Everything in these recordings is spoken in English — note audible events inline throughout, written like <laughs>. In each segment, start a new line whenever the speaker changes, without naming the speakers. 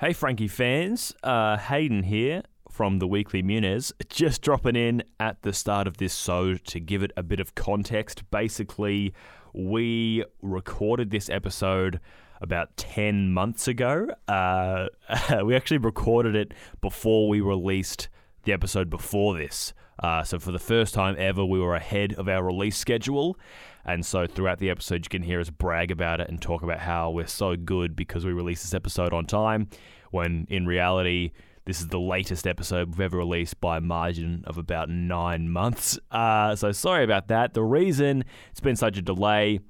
Hey, Frankie fans. Uh, Hayden here from the Weekly Muniz. Just dropping in at the start of this show to give it a bit of context. Basically, we recorded this episode about 10 months ago. Uh, <laughs> we actually recorded it before we released the episode before this. Uh, so, for the first time ever, we were ahead of our release schedule. And so, throughout the episode, you can hear us brag about it and talk about how we're so good because we released this episode on time, when in reality, this is the latest episode we've ever released by a margin of about nine months. Uh, so, sorry about that. The reason it's been such a delay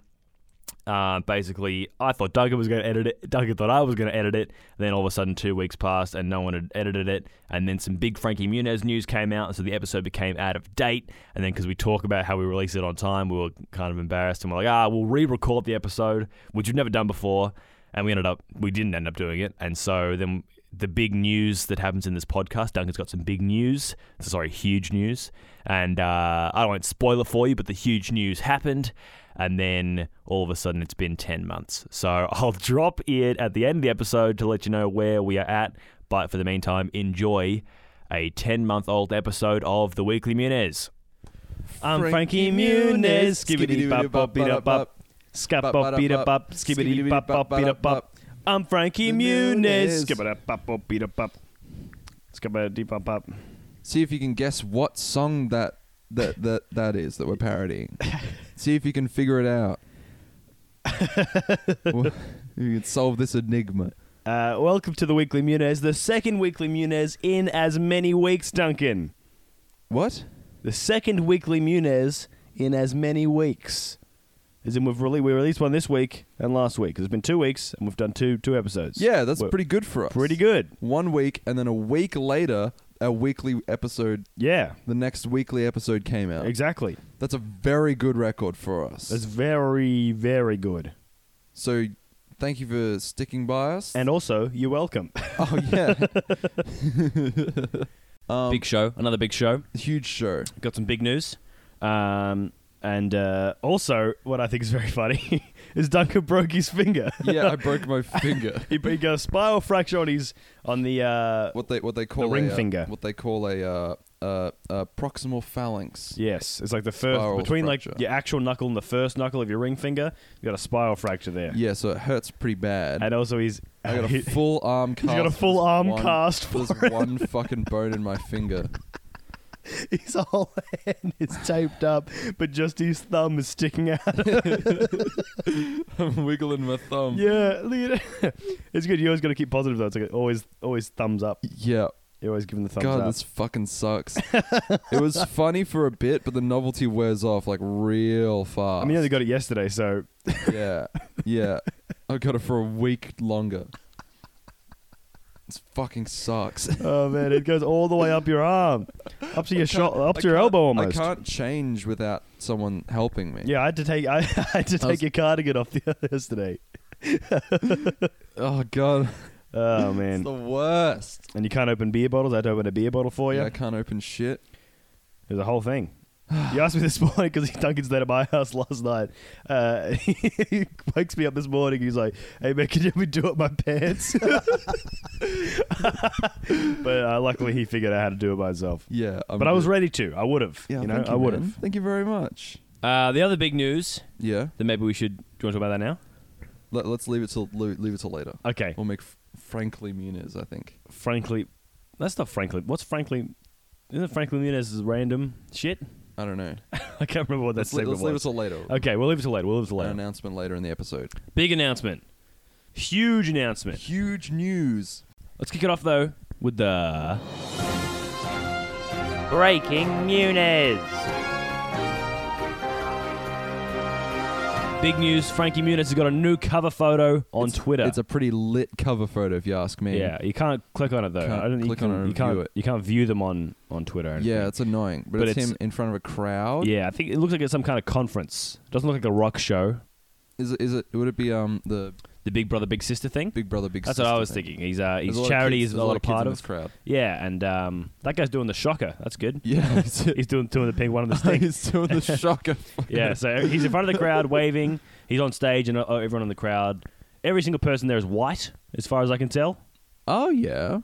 uh, basically, I thought Duggan was going to edit it. Duggan thought I was going to edit it. Then all of a sudden, two weeks passed and no one had edited it. And then some big Frankie Muniz news came out, and so the episode became out of date. And then because we talk about how we release it on time, we were kind of embarrassed and we're like, ah, we'll re-record the episode, which we've never done before. And we ended up, we didn't end up doing it. And so then the big news that happens in this podcast. Duncan's got some big news. Sorry, huge news. And uh, I won't spoil it for you, but the huge news happened. And then all of a sudden, it's been 10 months. So <laughs> I'll drop it at the end of the episode to let you know where we are at. But for the meantime, enjoy a 10 month old episode of The Weekly Muniz. I'm Frankie Muniz. Skibbity bop bop beat up bop. Scap bop beat up bop. Skibbity bop bop beat up bop. I'm Frankie Muniz.
Muniz.
Skip it up, bop, bop, beat up, bop. Skip it, deep up, bop.
See if you can guess what song that that that, that is that
<laughs>
we're parodying. See if you can figure it out. Wha- you can solve this enigma.
Uh, welcome to the Weekly Muniz, the second Weekly Muniz in as many weeks, Duncan.
What?
The second Weekly Muniz in as many weeks. As in, we've really, we released one this week and last week. It's been two weeks, and we've done two two episodes.
Yeah, that's
We're
pretty good for us.
pretty good.
One week and then a week later our weekly episode
Yeah,
the next weekly episode came out.
exactly.
That's a very good record for us.
That's very very good.
so thank you for sticking by us.
And also, you're welcome.
<laughs> oh
<laughs>
yeah. <laughs> um,
big show, another big show.
huge show.
got some big news. Um, and uh, also, what I think is very funny <laughs> is Duncan broke his finger.
Yeah, I broke my finger.
<laughs> he, he got a spiral fracture on his on the. Uh,
what they what they call
ring
a, uh,
finger.
What they call a uh, uh, uh, proximal phalanx.
yes, it's like the first
Spiral
between like
fracture.
your actual knuckle and the first knuckle of your ring finger. You got a spiral fracture there,
Yeah, so it hurts pretty bad.
and also <laughs> he's
I got a
he-
full arm cast.
he's got a full
There's
arm
one-
cast <laughs> for
There's one fucking bone in my
<laughs>
finger.
his whole hand is taped up, but just his thumb is sticking
<laughs>
out.
I'm wiggling my thumb.
yeah, look at it. it's good. You always got to keep positive though. It's like always always thumbs up.
Yeah.
You're always giving the thumbs
God,
up.
this
<laughs>
fucking sucks. it was funny for a bit, but the novelty wears off like real fast.
I mean, you only got it yesterday, so
<laughs> yeah, yeah. I got it for a week longer. This fucking sucks.
Oh man, it goes all the way up your arm, up to your shoulder, up
I
to your
can't-
elbow almost.
I can't change without someone helping me.
Yeah, I had to take I, <laughs> I had to take
was-
your cardigan off the <laughs> yesterday.
Oh god,
Oh
<laughs> it's
man,
the worst.
and you can't open beer bottles. I had to open a beer bottle for you.
Yeah, I can't open shit.
There's a whole thing. You asked me this <laughs> morning because Duncan's there at my house last night. Uh, <laughs> he wakes me up this morning. He's like, "Hey man, can you help me do up my pants?" <laughs> but uh, luckily, he figured out how to do it by himself.
Yeah, I'm
but I was
good.
ready to. I would have.
Yeah,
you know,
thank
I would
man.
have.
Thank you very much.
Uh, the other big news
Yeah,
that maybe we should. Do you want to talk about that now?
Let, us leave it till leave, leave it till later.
Okay.
We'll make f- frankly Muniz. I think.
frankly, that's not frankly. What's frankly? Isn't frankly Muniz's random shit? <laughs>
I don't know.
I can't remember what that
let's, le-
segment
let's leave it
was.
till later.
okay, we'll leave it till later. We'll leave it till
An
later.
announcement later in the episode.
Big announcement. Huge announcement.
Huge news.
Let's kick it off, though, with the. Breaking Muniz. Big news Frankie Muniz has got a new cover photo on
It's-
Twitter.
It's a pretty lit cover photo, if you ask me.
yeah, you can't click on it, though.
Can't
I don't, you,
click
can,
on it and
you can't,
view it.
You can't view them on, on Twitter. or anything.
Yeah, Oh. it's annoying, but,
But
it's,
it's-
him in front of a crowd.
Yeah, I think it looks like it's some kind of conference. It doesn't look like a rock show.
Is it? Is it? Would it be um the
the Big Brother Big Sister thing.
Big Brother Big
That's
Sister
what I was
thing?
thinking. He's uh,
There's
he's
a lot of
charity
kids-
is
there's
a lot of
kids in
part
this
of.
crowd.
Yeah, and um, that guy's doing the shocker. That's
<laughs>
good. <laughs>
Yeah,
He's doing two in the pink, one in the stink.
<laughs> he's doing the shocker.
Yeah, so he's in front of the crowd waving. He's on stage, and uh, everyone in the crowd, every single person there is white, as far as I can tell.
<laughs> Oh yeah.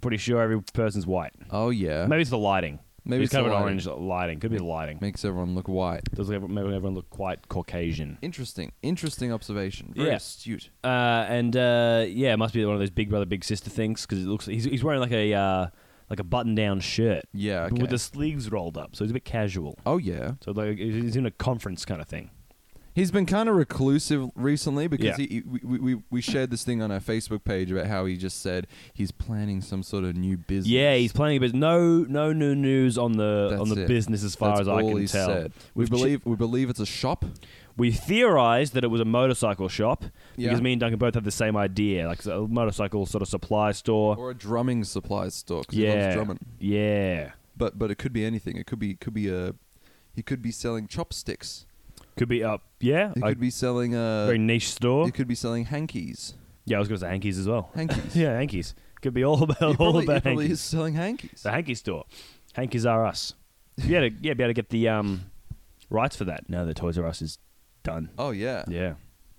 Pretty sure every person's white.
Oh yeah.
Uh, Maybe it's the lighting.
Maybe
it's,
it's
kind
the
of an
lighting.
orange lighting. Could be the lighting.
Makes everyone look white.
Does everyone- make everyone look quite Caucasian?
Interesting. Interesting observation. Very
Yeah.
astute.
Uh, and uh, yeah, it must be one of those big brother big sister things because it looks he's, he's wearing like a uh, like a button down shirt
Yeah.
but
Okay.
with the sleeves rolled up, so he's a bit casual.
oh yeah.
So like he's in a conference kind of thing.
He's been kind of reclusive recently because
Yeah.
he, he- we, we we shared this thing on our Facebook page about how he just said he's planning some sort of new business.
Yeah, he's planning, but no no new news on the on
That's
the
it.
business as far
That's
as I
all
can
he
tell.
said. We
We've
believe we believe it's a shop.
We theorized that it was a motorcycle shop because
Yeah.
me and Duncan both had the same idea, like a motorcycle sort of supply store.
or a drumming supplies store 'cause he
yeah,
loves drumming.
yeah,
But but it could be anything. It could be could be a he could be selling chopsticks.
could be up. Yeah,
He
a
could be selling uh
Oh, very niche store.
he could be selling hankies.
Yeah, I was going to say hankies as well. <laughs>
Hankies.
yeah, hankies could be all about
He
all
probably, he
about
probably is
hankies.
selling hankies.
The hanky store, hankies are us. Yeah, to, yeah, be able to get the um, rights for that now that Toys R Us is done.
Oh yeah.
Yeah.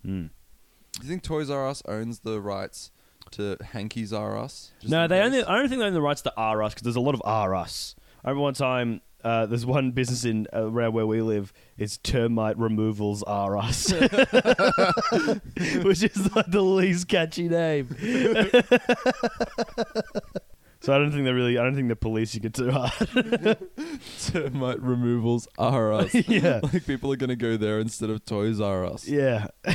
Mm.
Do you think Toys R Us owns the rights to Hankies R Us? Just
no,
in
they
case? <laughs>
only. I don't think they own the rights to R Us because there's a lot of R Us. I remember one time. Uh, there's one business in uh, around where we live. It's termite removals R us, <laughs> which is like the least catchy name. <laughs> so I don't think they really. I don't think they're policing it too hard.
termite removals R Us.
<laughs> yeah,
<laughs> like people are gonna go there instead of Toys R Us.
yeah. <laughs>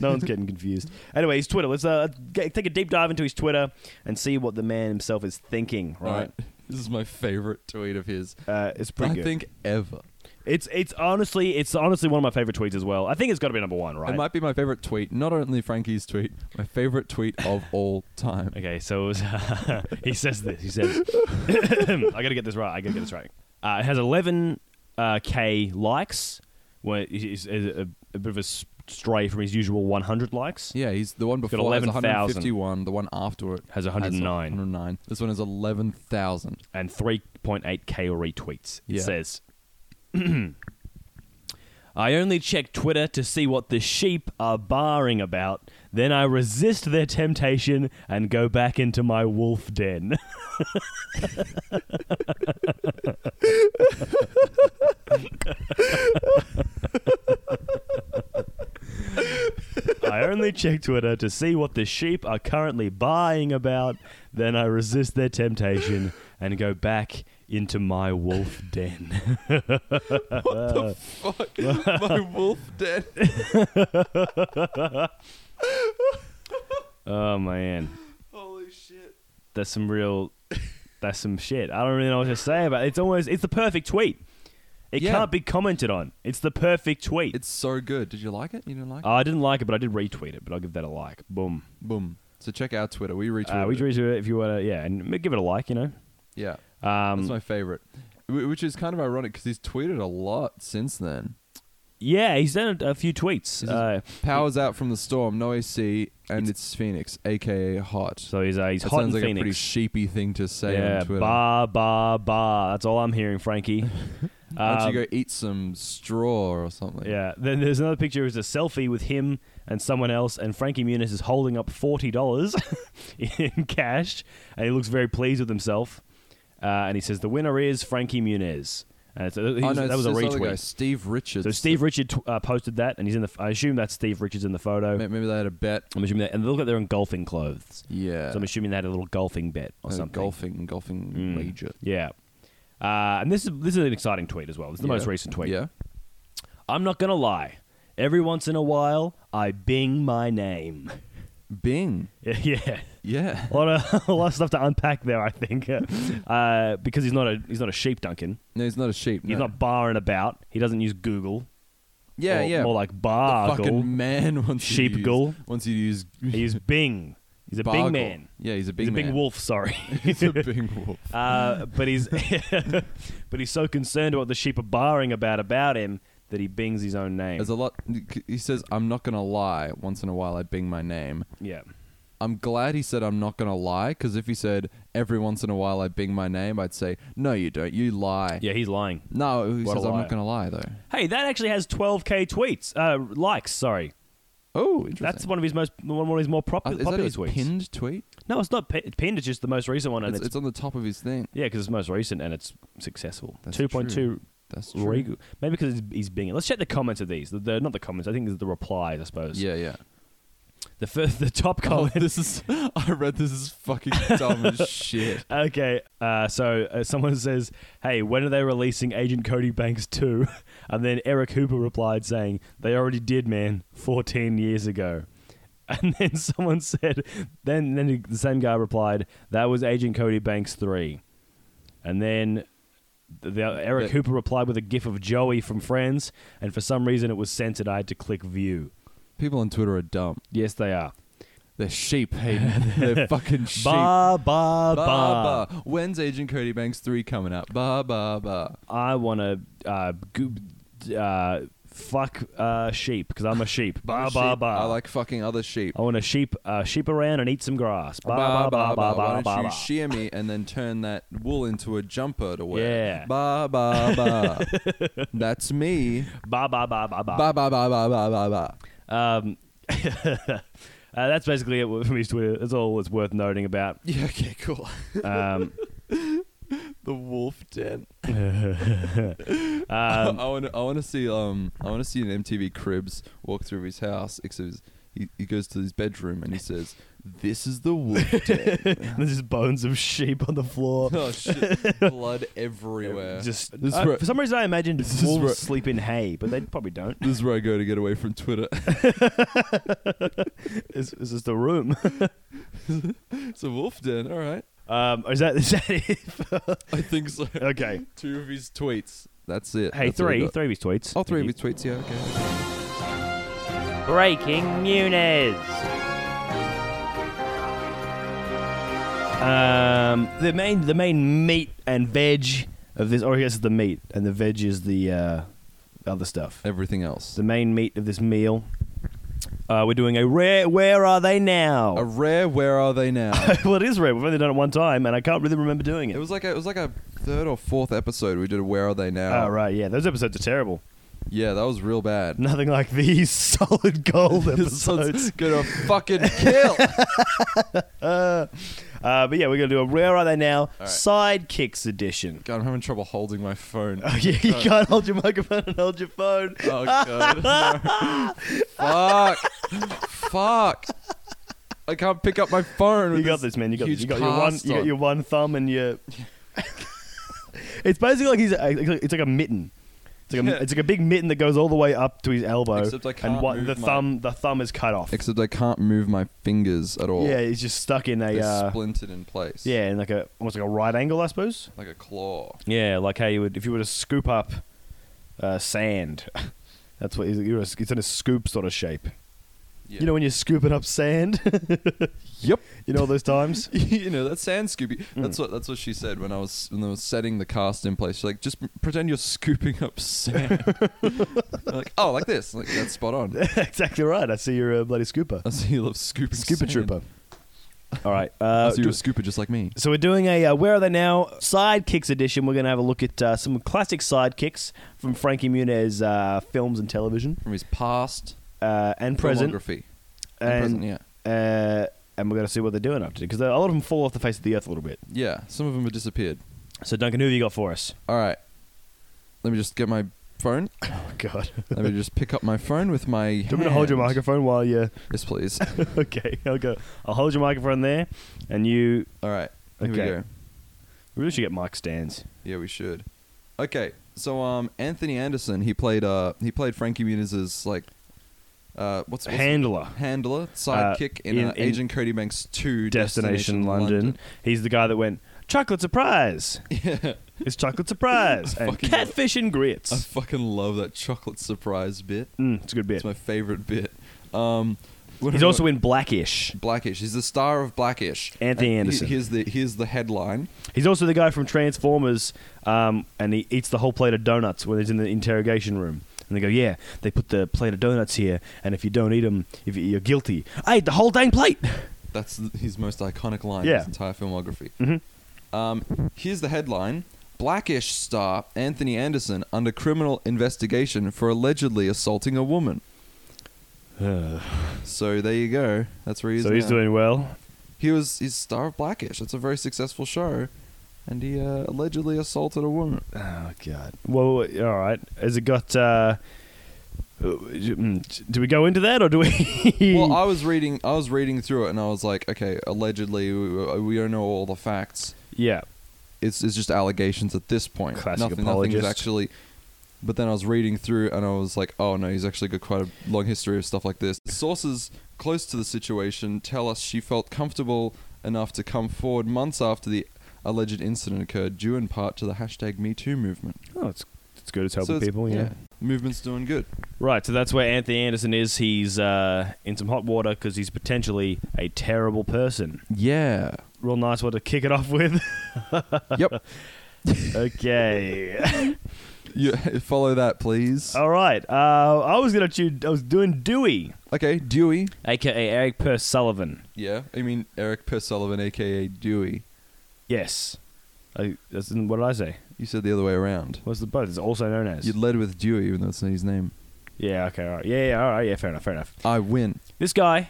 no one's getting confused. Anyway, his Twitter. Let's uh, get, take a deep dive into his Twitter and see what the man himself is thinking.
All
Right,
This is my favorite tweet of his.
uh, it's pretty
I
good.
think ever.
It's it's honestly it's honestly one of my favorite tweets as well. I think it's got to be number one, right?
It might be my favorite tweet. Not only Frankie's tweet, my favorite tweet of all time.
okay, so <laughs> it was, he says this. He says, <coughs> "I got to get this right. I got to get this right." Uh, it has 11 uh, k likes. Where is a, a bit of a s- stray from his usual 100 likes.
Yeah, he's the one
got
before has
11,000.
151. The one after it
Has 109.
109. This one is 11,000.
and 3.8k retweets. It
Yeah.
says, <clears throat> I only check Twitter to see what the sheep are barring about. Then I resist their temptation and go back into my wolf den. <laughs> I only check Twitter to see what the sheep are currently buying about. Then I resist their temptation and go back into my wolf den. <laughs>
Fuck. <laughs> my wolf
<laughs>
dead.
Oh man,
Holy shit.
that's some real, that's some shit. I don't really know what to say about it. It's almost it's the perfect tweet. It
Yeah.
can't be commented on. It's the perfect tweet.
It's so good. Did you like it? You didn't like it?
Oh, I didn't like it, but I did retweet it. But I'll give that a like. Boom.
Boom. So check out Twitter. We retweeted
Uh, we
it.
retweet it if you want to. Yeah, and give it a like. You know.
Yeah.
Um,
That's my favorite. Wh- Which is kind of ironic because he's tweeted a lot since then.
yeah, he's done a, a few tweets.
This is-
Uh,
Powers out from the storm, no AC, and it's, Phoenix, aka hot.
so he's uh, he's
that
hot in
sounds like a pretty
Phoenix.
sheepy thing to say
yeah,
on Twitter.
ba ba ba. That's all I'm
<laughs>
hearing, Frankie.
Why don't
Um,
you go eat some straw or something?
Yeah. Then there's another picture. It's a selfie with him and someone else, and Frankie Muniz is holding up forty dollars <laughs> in cash, and he looks very pleased with himself. Uh, and he says, "The winner is Frankie Muniz." And so he
Oh,
was-
no,
that was a
it's this other guy,
retweet.
Steve Richards.
So Steve Richard tw- uh, posted that, and he's in the. I assume that's Steve Richards in the photo.
May- Maybe they had a bet.
I'm assuming that, and they look like they're in golfing clothes.
Yeah.
So I'm assuming they had a little golfing bet or
Uh, A
something.
Golfing, golfing
Mm.
wager.
Yeah. Uh, and this is this is an exciting tweet as well. This is the
Yeah.
most recent tweet.
Yeah.
I'm not gonna lie. Every once in a while, I Bing my name. <laughs>
Bing.
yeah, <laughs>
Yeah.
a lot of a lot of stuff to unpack there. I think <laughs> uh, because he's not a he's not a sheep, Duncan.
No, he's not a sheep.
He's
no.
not barring about. He doesn't use Google.
Yeah,
or,
yeah.
More like
the
Bargle.
fucking <laughs> man wants you to use-
Sheepgle.
Wants you to use.
He uses Bing. He's a
Bargle.
Bing man.
Yeah, he's a big
he's a
man.
big wolf. Sorry.
<laughs> he's
<laughs>
a big wolf.
Uh, but he's <laughs> but he's so concerned what the sheep are barring about about him that he bings his own name.
There's a lot. He says, "I'm not gonna lie." Once in a while, I bing my name.
yeah.
I'm glad he said, "I'm not gonna lie," because if he said, "Every once in a while, I bing my name," I'd say, "No, you don't. You lie."
Yeah, he's lying.
No, he
What a
says, "I'm
liar."
not gonna lie," though.
Hey, that actually has 12k tweets, uh, likes. Sorry,
Oh, interesting.
That's one of his most one of his more
Uh,
popular,
is that
popular
his
tweets.
pinned tweet?
No, it's not pi- pinned. It's just the most recent one, and
It's,
it's,
it's on the top of his thing.
yeah, because it's most recent and it's successful.
That's
Two point two
That's true.
regal. Maybe because he's, he's being. Let's check the comments of these. The, the, not the comments. I think it's the replies. I suppose.
Yeah,
<laughs>
yeah.
The first, <laughs> the top
<laughs> Oh,
comment.
this is. I read this is fucking <laughs> dumb
<laughs>
as shit.
Okay, uh, so uh, someone says, "Hey, when are they releasing Agent Cody Banks 2? <laughs> And then Eric Hooper replied saying, "They already did, man, 14 years ago." <laughs> And then someone said, "Then, then the same guy replied, that was Agent Cody Banks 3." And then the, the, Eric
But-
Hooper replied with a gif of Joey from Friends, and for some reason it was censored. I had to click view.
People on Twitter are dumb.
Yes, they are.
They're sheep,
<laughs>
Hayden. They're fucking sheep.
Ba ba ba.
Ba, ba. When's Agent Cody Banks 3 coming up? Ba, ba, ba.
I want to uh, go- uh, fuck uh, sheep because I'm a sheep. Ba
Sheep.
ba ba.
I like fucking other sheep.
I want to sheep uh, sheep around and eat some grass. Ba
Ba,
ba ba ba ba
Why
ba.
don't you
ba.
shear me and then turn that wool into a jumper to wear?
Yeah.
Ba, ba,
<laughs>
ba. That's me.
Ba ba ba ba ba.
Ba, ba, ba, ba, ba, ba, ba.
Um, <laughs> uh, that's basically it from his Twitter. That's all that's worth
<laughs>
noting about.
Yeah, okay, cool.
Um,
<laughs> The wolf
<laughs>
den.
um,
I want to. I want to see. Um, I want to see an MTV Cribs walk through his house. Except he's- he, he goes to his bedroom and he says, "This is the
<laughs>
wolf den."
there's just bones of sheep on
<laughs>
the floor.
oh shit! Blood everywhere.
Just
This is
uh,
where-
for some reason, I imagined
This
wolves
is where-
sleep in hay, but they
<laughs>
probably don't.
this is where I go to get away from Twitter. <laughs>
This, this is the room. <laughs>
it's a wolf den. All right.
Um, is that is that it? <laughs>
I think so.
okay.
Two of his tweets. That's it.
Hey,
That's all we
three,
got.
three of his tweets.
Oh, three of his tweets. Yeah. Okay.
Breaking Muniz.
Um, the main, the main meat and veg of this, or I guess it's the meat and the veg is the uh, other stuff.
Everything else.
The main meat of this meal. Uh, we're doing a rare. Where are they
A
now?
rare. Where are they now?
<laughs> well, it is rare. We've only done it one time, and I can't really remember doing
it
it.
was like a, it was like a third or fourth episode. We did a Where are they now?
Oh right, yeah. Those episodes are terrible. <laughs>
Yeah, that was real bad.
Nothing like these <laughs> solid
<laughs>
gold
This one's
episodes.
gonna fucking
<laughs>
kill.
Uh, uh, but yeah, we're gonna do a rare are they now
right.
sidekicks edition. <laughs>
God, I'm having trouble holding my phone.
Oh yeah, you can't hold your microphone and hold your phone.
Oh god.
<laughs>
No. Oh, Fuck. Fuck. I can't pick up my phone.
You
with
got this, man. You got
huge
this. You got your one.
cast
You got
on.
your one thumb
<laughs>
and your. it's basically like he's. It's like a mitten. It's like a,
Yeah.
it's like a big mitten that goes all the way up to his elbow.
Except I can't
and what
move
the
my-
thumb the thumb is cut off.
Except I can't move my fingers at all.
yeah, he's just stuck in a.
They're
Uh,
splintered in place.
yeah, in like a almost like a right angle, I suppose.
Like a claw.
Yeah, like how you would if you were to scoop up uh, sand. <laughs> That's what you're. a- It's in a scoop sort of shape.
Yeah.
You know when you're scooping up sand. <laughs>
Yep.
you know all those times. <laughs>
<laughs> you know that sand scoopy. That's
Hmm.
what that's what she said when I was when I was setting the cast in place. She's like, just pretend you're scooping up
<laughs>
sand. like, oh, like this. Like that's spot on.
exactly right. I see you're a bloody scooper.
I see you love scooping.
Scooper
sand.
trooper. All right.
I
<laughs> Uh,
see you're a
do-
scooper just like me.
so we're doing a uh, Where Are They Now sidekicks edition. We're going to have a look at uh, some classic sidekicks from Frankie Muniz uh, films and television
From his past
uh, and present.
filmography. And present,
And,
yeah.
uh, and we're going to see what they're doing after because a lot of them fall off the face of the earth a little bit.
Yeah, some of them have disappeared.
So Duncan, who have you got for us?
All right. Let me just get my phone.
Oh <laughs> God!
Let me just pick up my phone with my. Do
Do you want me to hold your microphone while you?
Yes, please.
<laughs> okay, I'll go. I'll hold your microphone there, and you.
All right. Here we
Okay.
go.
We really should get mic stands.
Yeah, we should. Okay, so um, Anthony Anderson, he played uh, he played Frankie Muniz's like, uh, what's, what's
Handler.
handler sidekick in,
in-
uh,
in
Agent Cody Banks two
Destination, London. He's the guy that went chocolate surprise.
<laughs> Yeah,
It's
<laughs>
chocolate surprise and
Fucking
catfish and
I
grits.
fucking love that chocolate surprise bit.
Mm, it's a good bit.
It's my favorite bit. Um, what
He's
am I-
also in Blackish.
Blackish. He's the star of Blackish.
Anthony
And he-
Anderson.
Here's the here's the headline.
He's also the guy from Transformers, um, and he eats the whole plate of donuts when he's in the interrogation room. And they go, "Yeah, they put the plate of donuts here, and if you don't eat them, if you- you're guilty." I ate the whole dang plate.
That's th- his most iconic line in
Yeah.
his entire filmography.
Mhm.
Um, here's the headline: Blackish star
<sighs>
Anthony Anderson under criminal investigation for allegedly assaulting a woman. So there you go. That's where he's.
so he's
now.
doing well.
He was he's star of Blackish. That's a very successful show, and he uh, allegedly assaulted a woman.
Oh god. Well, all right. Has it got? Uh, mm, do we go into that or do we? <laughs>
Well, I was reading I was reading through it, and I was like, okay, allegedly we, we don't know all the facts.
yeah.
It's it's just allegations at this point.
Classic
nothing,
apologist.
Nothing's actually. But then I was reading through, and I was like, oh no, he's actually got quite a long history of stuff like this. Sources close to the situation tell us she felt comfortable enough to come forward months after the alleged incident occurred, due in part to the hashtag Me Too movement.
Oh, it's it's good. It's
So
helping
it's-
people. yeah.
Movement's doing good.
Right, so that's where Anthony Anderson is. He's uh, in some hot water because he's potentially a terrible person.
Yeah.
Real nice one to kick it off with.
<laughs>
<laughs>
yep.
okay. <laughs>
You, <laughs> follow that, please.
All right. Uh, I was gonna choose. I was doing Dewey,
Okay, Dewey.
aka Eric Purse Sullivan.
Yeah, I mean Eric P. Sullivan, aka Dewey.
Yes. I, that's, what did I say?
You said the other way around.
What's the both? It's also known as.
You led with Dewey, even though it's not his name.
yeah. Okay. All right. Yeah. Yeah. All right. Yeah. Fair enough. Fair enough.
I win.
This guy,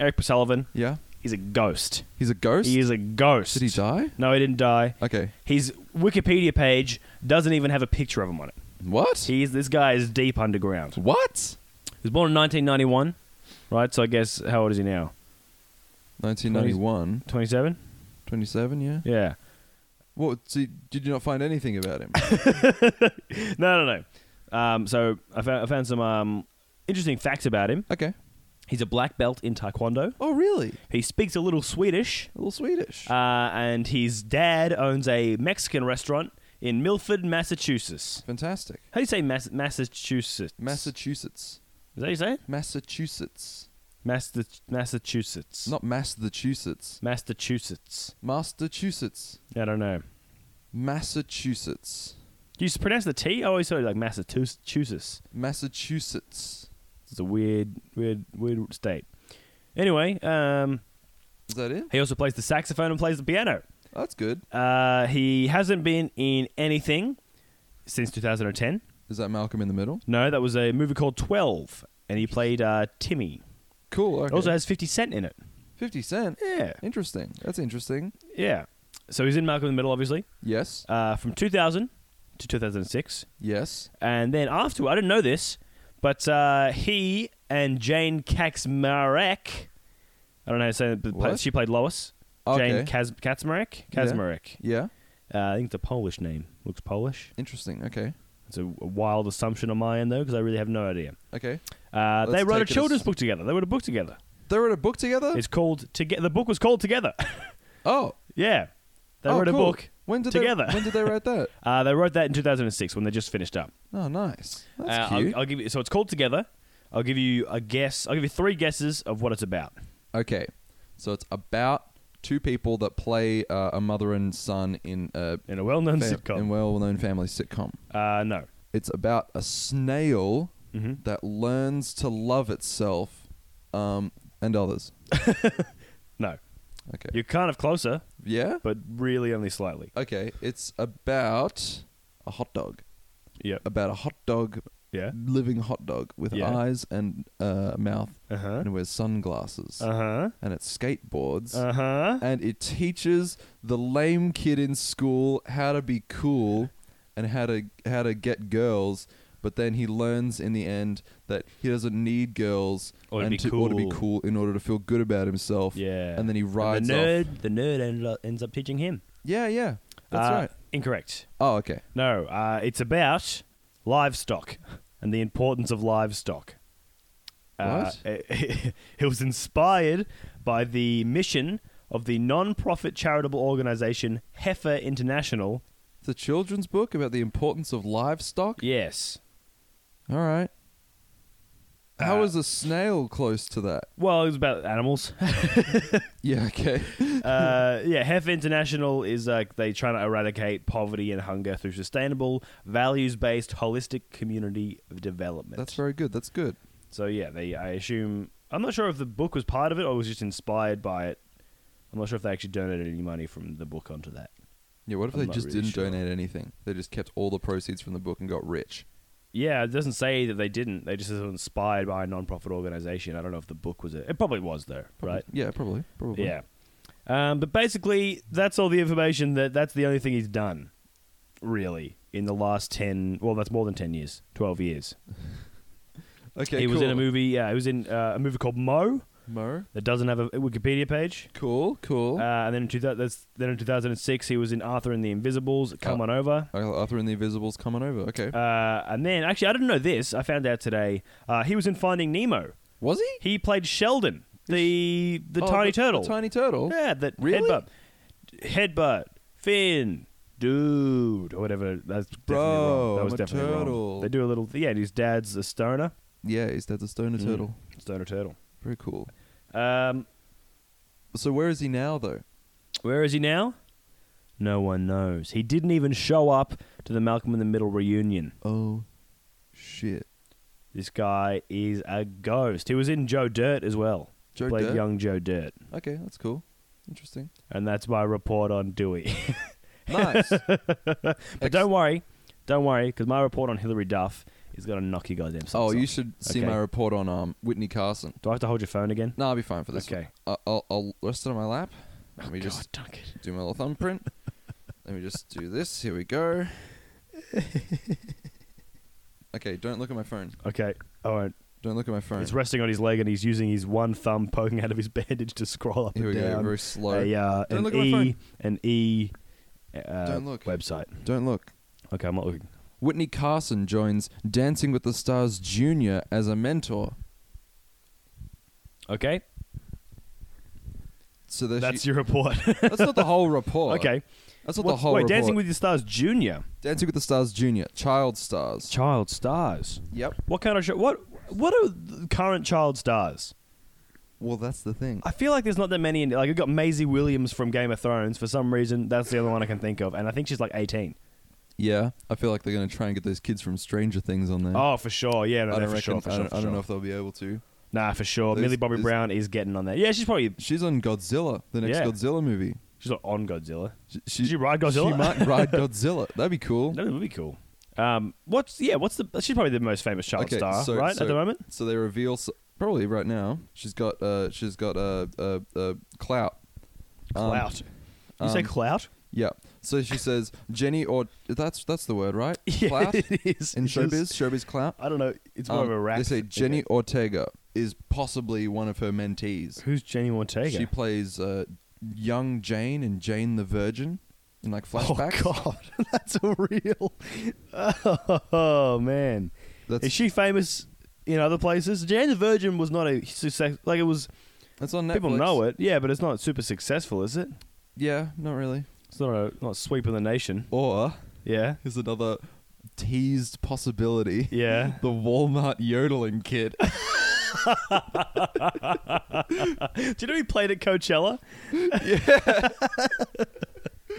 Eric Purse Sullivan,
Yeah.
is a ghost.
He's a ghost.
He is a ghost.
Did he die?
No, he didn't die.
Okay.
His Wikipedia page doesn't even have a picture of him on it.
What?
He's this guy is deep underground. He
what?
was born in 1991, right? So I guess how old is he now?
1991,
27.
27, yeah.
Yeah.
What? See, did you not find anything about <laughs> him?
No, no, no. Um, so I found, I found some um, interesting facts about him.
okay.
He's a black belt in taekwondo.
Oh, really?
He speaks a little Swedish,
A little Swedish.
uh, and his dad owns a Mexican restaurant in Milford, Massachusetts.
Fantastic.
How do you say Mass- Massachusetts?
Massachusetts.
Is that how you say it?
Massachusetts.
Massa- Massachusetts.
Not Massachusetts.
Massachusetts.
Massachusetts.
I don't know.
Massachusetts.
Do you s- pronounce the T? I always thought it was like Massachusetts.
Massachusetts.
It's a weird, weird, weird state. Anyway, um,
Is that it?
he also plays the saxophone and plays the piano.
That's good.
Uh, he hasn't been in anything since 2010.
Is that Malcolm in the Middle?
No, that was a movie called 12, and he played uh, Timmy.
Cool.
It
Okay.
also has 50 Cent in it.
50 Cent.
Yeah.
Interesting. That's interesting.
Yeah. So he's in Malcolm in the Middle, obviously,
Yes.
uh, from 2000 to 2006.
Yes.
And then afterward, I didn't know this, but uh, he and Jane Kaczmarek, I don't know how to say it, but
What?
she played Lois.
Okay.
Uh, Jane Kaz- Kaczmarek? Kaczmarek.
yeah.
Uh, I think it's a Polish name. Looks Polish.
Interesting. Okay.
It's a, a wild assumption on my end, though, because I really have no idea.
Okay.
Uh, they
Let's
wrote a
take it
children's
as- Oh.
book together. They wrote a book together.
They wrote a book together?
It's called Together. The book was called Together. <laughs>
oh.
yeah. They
oh,
wrote a
cool.
book.
when did
together.
They, when did they write
<laughs>
that?
Uh, they wrote that in 2006 when they just finished up.
Oh, nice.
Uh,
That's
I'll-
cute.
I'll, give you. So it's called Together. I'll give you a guess. I'll give you three guesses of what it's about.
okay. So it's about two people that play uh, a mother and son in a
In a well-known
fam- in
sitcom.
well-known family sitcom.
uh, no.
It's about a snail
Mm-hmm.
that learns to love itself um, and others.
No.
Okay.
You're kind of closer,
yeah?
but really only slightly.
Okay, it's about a hot dog.
Yep.
About a hot dog,
Yeah.
living hot dog with
Yeah.
eyes and uh, mouth,
Uh-huh.
and it wears sunglasses,
Uh-huh.
and it skateboards,
Uh-huh.
and it teaches the lame kid in school how to be cool and how to how to get girls. But then he learns in the end that he doesn't need girls
Or to
and
be
to, or to be cool
cool.
in order to feel good about himself.
Yeah.
And then he rides
the
off.
nerd, The nerd end up, ends up teaching him.
Yeah, yeah, that's
Uh,
right.
Incorrect.
Oh, okay.
No, uh, it's about livestock and the importance of livestock.
What?
Uh, it, <laughs> it was inspired by the mission of the non-profit charitable organization Heifer International.
It's a children's book about the importance of livestock.
Yes.
All right. How
Uh,
is a snail close to
<laughs>
that?
Well, it was about animals. <laughs>
Yeah, okay.
uh, yeah, Heifer International is like they trying to eradicate poverty and hunger through sustainable, values-based, holistic community development.
That's very good. That's good.
So yeah, they I assume I'm not sure if the book was part of it or was just inspired by it. I'm not sure if they actually donated any money from the book onto that.
Yeah, what if
I'm
they
not
just
really
didn't
sure.
donate anything? They just kept all the proceeds from the book and got rich.
Yeah, it doesn't say that they didn't. They just said it was inspired by a non-profit organization. I don't know if the book was it. It probably was though, right?
Yeah, probably. Probably.
Yeah. Um, but basically, that's all the information that that's the only thing he's done, really, in the last 10, well, that's more than 10 years, 12 years.
Okay.
he
cool.
was in a movie, yeah, he was in uh, a movie called Mo
Mo.
that doesn't have a Wikipedia page.
Cool. Cool.
Uh, and then in, two, that's, then in 2006, he was in Arthur and the Invisibles, Come
Oh.
On Over.
Okay, Arthur and the Invisibles coming over. Okay.
Uh, and then, actually, I didn't know this. I found out today. Uh, he was in Finding Nemo.
was he?
He played Sheldon, the the
Oh,
tiny
the- the
turtle.
tiny turtle.
Yeah, that
Really?
headbutt, headbutt, Finn, dude, or whatever. That's definitely
Bro,
wrong. That
I'm
was
a
definitely
turtle.
wrong. They do a little. Yeah, and his dad's a stoner.
Yeah, he's that's a stoner
Mm.
turtle.
Stoner turtle.
Very cool.
Um,
So where is he now though?
where is he now? No one knows. He didn't even show up to the Malcolm in the Middle reunion.
Oh, shit.
This guy is a ghost. He was in Joe Dirt as well.
Joe
Played
Dirt?
young Joe Dirt,
Okay, that's cool.
<laughs>
Interesting.
and that's my report on Dewey. <laughs>
Nice.
But don't worry, don't worry, because my report on Hillary Duff is gonna knock you guys in.
oh, you should see
Okay.
my report on um Whitney Carson.
Do I have to hold your phone again?
No, I'll be fine for this.
Okay. Oh,
one. I- I'll, I'll rest it on my lap. Let me just
God, Duncan.
do my little thumbprint. Let me just do this. Here we
<laughs>
go. Okay, don't look at my phone.
Okay. All right.
Don't look at my phone.
It's resting on his leg, and he's using his one thumb poking out of his <laughs> bandage to scroll up
Here we
and
go.
down.
Very slow.
A, uh,
Don't
an
look at my
e,
phone.
an e, uh,
Don't look.
website.
Don't look.
Okay, I'm not looking.
Whitney Carson joins Dancing with the Stars Junior as a mentor.
Okay,
So that
that's
she-
your report. <laughs>
that's not the whole report.
okay.
that's not
What-
the whole.
wait,
report.
Dancing with the Stars Junior,
Dancing with the Stars Junior, Child Stars.
Child Stars.
yep.
What kind of show? What What are the current Child Stars?
Well, that's the thing.
I feel like there's not that many. In, like we've got Maisie Williams from Game of Thrones. For some reason, that's the only one I can think of, and I think she's like 18.
yeah, I feel like they're gonna try and get those kids from Stranger Things on there.
Oh, for sure. Yeah, no,
I
no,
don't
for
reckon.
sure. For
I,
sure,
don't,
for
I don't
sure.
know if they'll be able to.
Nah, for sure.
There's-
Millie Bobby
there's-
Brown is getting on there. Yeah, she's probably
She's on Godzilla, the next
Yeah.
Godzilla movie.
she's not on Godzilla.
She,
Did you ride Godzilla?
She might ride Godzilla. That'd be cool.
<laughs> That would be cool. Um, what's yeah? What's the? She's probably the most famous child
Okay,
star,
so-
right?
so-
At the moment,
So they reveal s probably right now. She's got uh she's got a uh, uh, uh, clout. Um,
clout. you say
um,
clout? <laughs>
Yeah. So she says Jenny or that's that's the word
<laughs>
right? Clout
it is.
in
It is.
showbiz. Showbiz clout.
I don't know. It's more
Um,
of a rap.
They say
Okay.
Jenny Ortega is possibly one of her mentees.
Who's Jenny Ortega?
She plays uh, young Jane and Jane the Virgin in like flashbacks.
Oh <laughs> God, that's a real. <laughs> Oh man,
That's,
is she famous in other places? Jane the Virgin was not a success. Like it was,
that's on Netflix.
people know it. Yeah, but it's not super successful, is it?
Yeah, not really.
It's not a not sweeping the nation.
Or
Yeah,
here's another teased possibility.
yeah.
The Walmart yodeling kid. <laughs>
<laughs> Do you know he played at Coachella? <laughs> Yeah.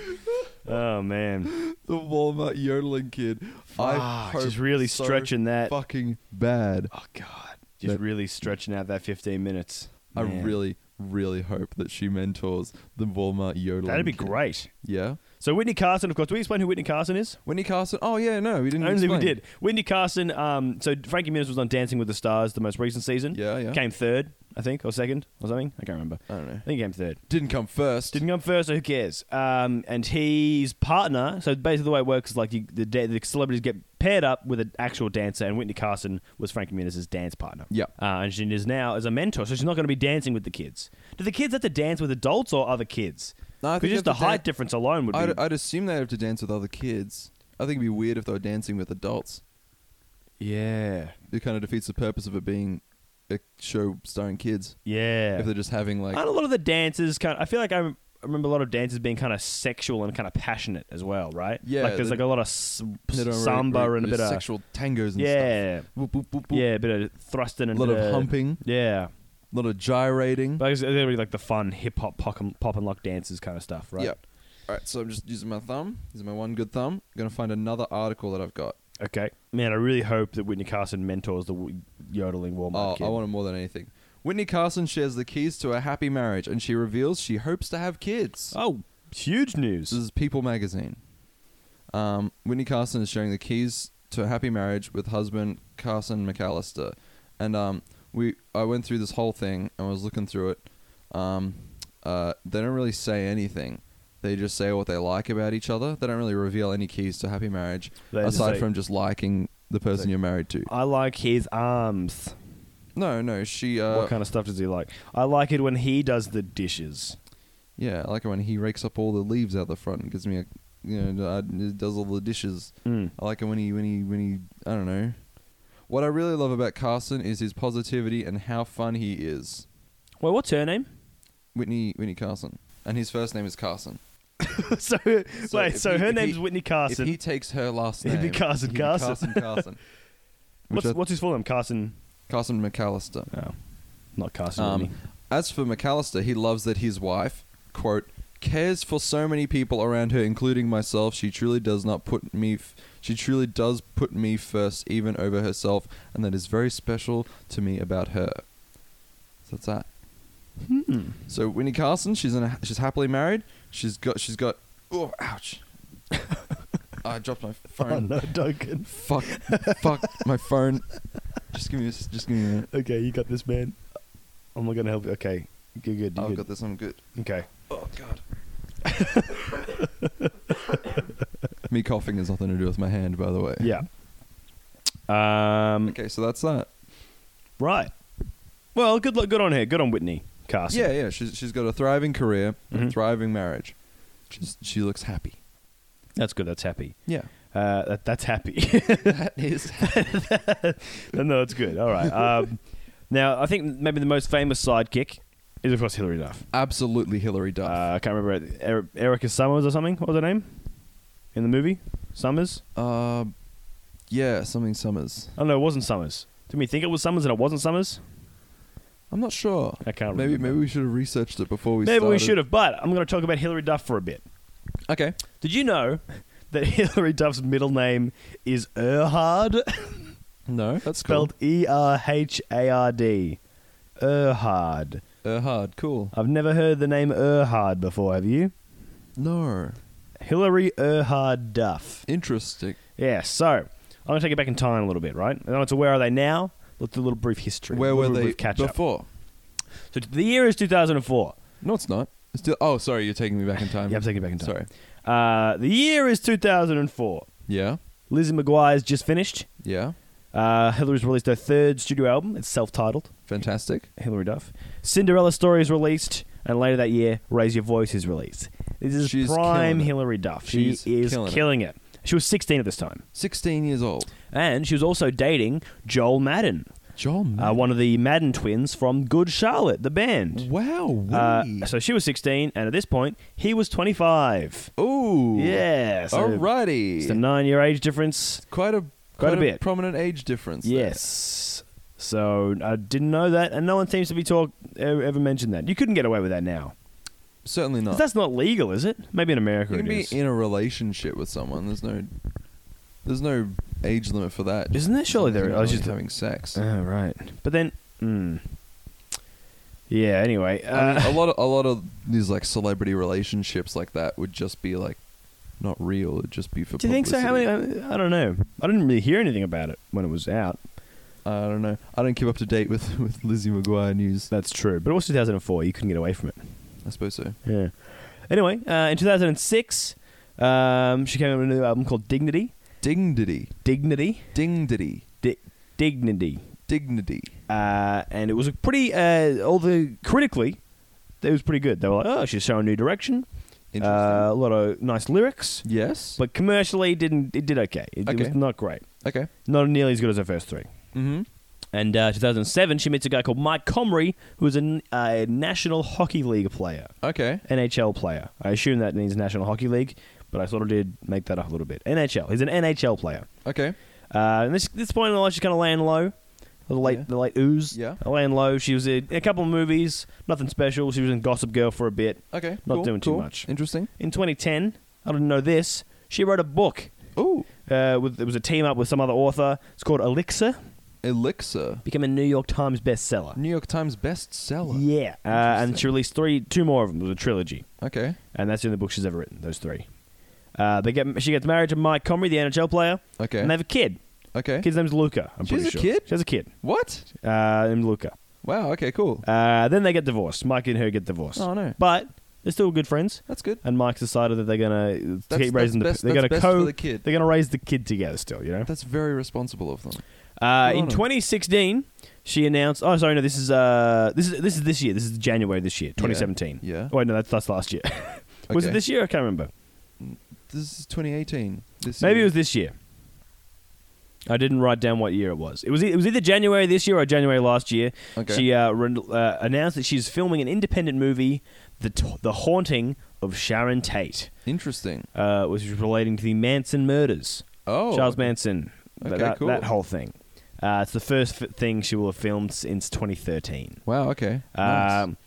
oh man,
the Walmart yodeling kid. I
Fuck,
hope
just really
so
stretching that.
fucking bad.
Oh god, just
That-
really stretching out that fifteen minutes.
I
Man.
really, really hope that she mentors the Walmart yodeling.
That'd be
kid.
great.
Yeah.
So Whitney Carson, of course. Do we explain who Whitney Carson is?
Whitney Carson. Oh yeah, no, we didn't.
I don't think we
explain.
did. Whitney Carson. Um, so Frankie Muniz was on Dancing with the Stars, the most recent season.
Yeah, yeah.
Came third, I think, or second, or something. I can't remember.
I don't know.
I think he came third.
Didn't come first.
Didn't come first, so who cares? Um, and his partner. So basically, the way it works is like you, the da- the celebrities get paired up with an actual dancer, and Whitney Carson was Frankie Muniz's dance partner.
Yeah.
Uh, and she is now as a mentor, so she's not going to be dancing with the kids. Do the kids have to dance with adults or other kids?
No, I
'Cause
think
just
they
the
have to
height
dan-
difference alone would be.
I'd, I'd assume they'd have to dance with other kids. I think it'd be weird if they were dancing with adults.
yeah,
It kind of defeats the purpose of it being a show starring kids.
yeah.
If they're just having like,
and a lot of the dances kind of, I feel like I rem- I remember a lot of dances being kind of sexual and kind of passionate as well, right?
Yeah,
like there's
they-
like a lot of s-
they don't really-
samba
really-
and a bit
there's
of
sexual tangos and stuff.
yeah,
Boop, boop, boop, boop.
yeah, a bit of thrusting
A
and
lot
bit
of humping, Hmm.
Yeah,
a lot of gyrating.
but it's really like the fun hip hop pop, and- pop and lock dances kind of stuff, right?
Yeah. All right, so I'm just using my thumb. Using my one good thumb. I'm gonna find another article that I've got.
Okay, man, I really hope that Whitney Carson mentors the w- yodeling Walmart
Oh,
kid.
I want it more than anything. Whitney Carson shares the keys to a happy marriage, and she reveals she hopes to have kids.
oh, huge
This
news!
is People magazine. Um, Whitney Carson is sharing the keys to a happy marriage with husband Carson McAllister, and um, we I went through this whole thing and was looking through it. Um, uh, they don't really say anything. They just say what they like about each other. They don't really reveal any keys to happy marriage
They just
aside
say-
from just liking the person
Say-
you're married to.
I like his arms.
No, no, she. Uh,
what kind of stuff does he like? I like it when he does the dishes.
Yeah, I like it when he rakes up all the leaves out the front and gives me a, you know, uh, does all the dishes.
Mm.
I like it when he, when he, when he. I don't know. What I really love about Carson is his positivity and how fun he is.
Well, what's her name?
Whitney, Whitney Carson, and his first name is Carson.
<laughs>
So
so, wait,
if
so
he-
her
if
name's
he-
Whitney
If
Carson.
he takes her last name,
It'd be Carson
he'd
Carson.
Carson
<laughs>
Carson. Which
what's,
I-
what's his full name? Carson.
Carson McAllister.
Oh, not Carson.
Um,
Whitney.
as for McAllister, he loves that his wife, quote, cares for so many people around her, including myself. She truly does not put me. F- she truly does put me first, even over herself, and that is very special to me about her. So that's that. <laughs>
Hmm.
So Winnie Carson, she's in a, she's happily married. She's got she's got. Oh,
<laughs>
ouch! I dropped my
Oh,
phone.
no, Duncan.
Fuck! fuck my phone. Just give me this. Just give me a minute.
Okay, you got this, man. I'm not gonna help you. Okay, you're good. You're
I've
good.
got this. I'm good.
Okay.
Oh god. <laughs> Me coughing has nothing to do with my hand, by the way.
Yeah. Um.
Okay, so that's that.
Right. Well, good luck. Good on her. Good on Whitney Carson.
Yeah, yeah. She's she's got a thriving career, a
Mhm.
thriving marriage. She's, she looks happy.
That's good. That's happy.
Yeah.
Uh, that, that's happy. <laughs>
That is.
no, that's good. All right. Um, now, I think maybe the most famous sidekick is, of course, Hillary Duff.
<laughs> Absolutely Hillary
Uh,
Duff.
I can't remember er- Erica Summers or something. What was her name in the movie? Summers?
Uh, yeah, something Summers.
Oh no, it wasn't Summers. Did we think it was Summers and it wasn't Summers?
I'm not sure.
I can't
Maybe
remember.
maybe we should have researched it before we
maybe we
started.
should have. But I'm going to talk about Hillary Duff for a bit.
Okay.
Did you know that <laughs> Hillary Duff's middle name is Erhard? <laughs>
No, that's
spelled E R H A R D. Erhard.
cool. Uh, hard. Cool.
I've never heard the name Erhard before, have you?
No.
Hillary Erhard Duff.
Interesting.
Yeah, so I'm going to take it back in time a little bit, right? And to where are they now? Let's do a little brief history.
Where were
Little
they
brief catch up.
before?
So the year is 2004.
No, it's not. It's still. Oh, sorry, you're taking me back in time.
Yeah, I'm taking it back in time.
Um, Sorry.
Uh, the year is 2004.
Yeah.
Lizzie McGuire's just finished.
Yeah.
Uh, Hillary's released her third studio album. It's self-titled.
Fantastic.
Hillary Duff. Cinderella Story is released, and later that year, Raise Your Voice is released. This is
She's
prime
killing it.
Hillary Duff.
She's
she is
killing
killing,
it.
it. She was 16 at this time,
16 years old.
and she was also dating Joel Madden,
Joel.
uh, one of the Madden twins from Good Charlotte, the band.
wow.
Uh, so she was 16, and at this point, he was 25.
Ooh.
Yeah. So It's a
Alrighty.
nine-year age difference.
Quite a
Quite a bit.
prominent age difference. there.
Yes. So I didn't know that, and no one seems to be talk ever ever mentioned that. You couldn't get away with that now.
Certainly not.
That's not legal, is it? Maybe in America
you can
it
be
is.
in a relationship with someone. There's no. There's no age limit for that.
Isn't there? Surely there
You're
is. I was
not
just-
having sex.
Oh, right. But then, mm. yeah. Anyway, uh,
I mean, a lot of a lot of these like celebrity relationships like that would just be like not real. It'd just be for.
do you think so? How many?
publicity.
I don't know. I didn't really hear anything about it when it was out.
I don't know. I don't keep up to date with, <laughs> with Lizzie McGuire news.
That's true. But it was 2004. You couldn't get away from it.
I suppose so.
Yeah. Anyway, uh, in 2006, um, she came out with a new album called Dignity.
Ding diddy.
Dignity.
Ding diddy.
Di- Dignity.
Dignity.
uh, and it was a pretty uh, all the critically it was pretty good they were like oh she's showing new direction
Interesting.
uh, a lot of nice lyrics
yes.
but commercially it didn't it did okay it, it
Okay.
was not great
okay.
not nearly as good as her first three
Mm-hmm.
and uh, 2007 she meets a guy called Mike Comrie who is a, n- a National Hockey League player
Okay.
NHL player I assume that means National Hockey League but I sort of did make that up a little bit NHL he's an NHL player
Okay.
uh, and this this point in her life, she's kind of laying low. The late,
Yeah.
the late ooze.
Yeah.
laying low. She was in a couple of movies, nothing special. She was in Gossip Girl for a bit.
Okay.
Not
cool,
doing too
cool.
much.
Interesting.
In 2010, I didn't know this. She wrote a book.
Ooh.
Uh, with it was a team up with some other author. It's called Elixir.
Elixir.
Became a New York Times bestseller.
New York Times bestseller.
Yeah, uh, and she
Interesting.
released three, two more of them. It was a trilogy,
Okay.
and that's the only book she's ever written. Those three. Uh, they get she gets married to Mike Comrie, the NHL player,
Okay.
and they have a kid.
Okay.
Kid's name's Luca. I'm
She has
pretty
a
sure.
kid?
She has a kid.
What?
Uh, named Luca.
Wow. Okay. Cool.
Uh, then they get divorced. Mike and her get divorced.
Oh no.
But they're still good friends.
That's good.
And Mike's decided that they're gonna to
That's,
keep raising
that's
the. They're
that's
gonna
best
co.
for the kid.
They're gonna raise the kid together still. You know.
That's very responsible of them.
Uh,
Good on
in
him.
2016, she announced. Oh, sorry, no, this is uh, this is this is this year. This is January this year, 2017.
Yeah.
Oh, wait, no, that's that's last year. <laughs> was it
Okay.
this year? I can't remember.
This is 2018. This
Maybe it
year.
was this year. I didn't write down what year it was. It was e- it was either January this year or January last year.
Okay.
She uh, re- uh, announced that she's filming an independent movie, the t- the haunting of Sharon Tate,
Interesting.
uh, which is relating to the Manson murders.
Oh.
Charles Manson. Th-
Okay,
that,
cool.
that whole thing. Uh, it's the first f- thing she will have filmed since 2013.
Wow. Okay. Nice.
Um,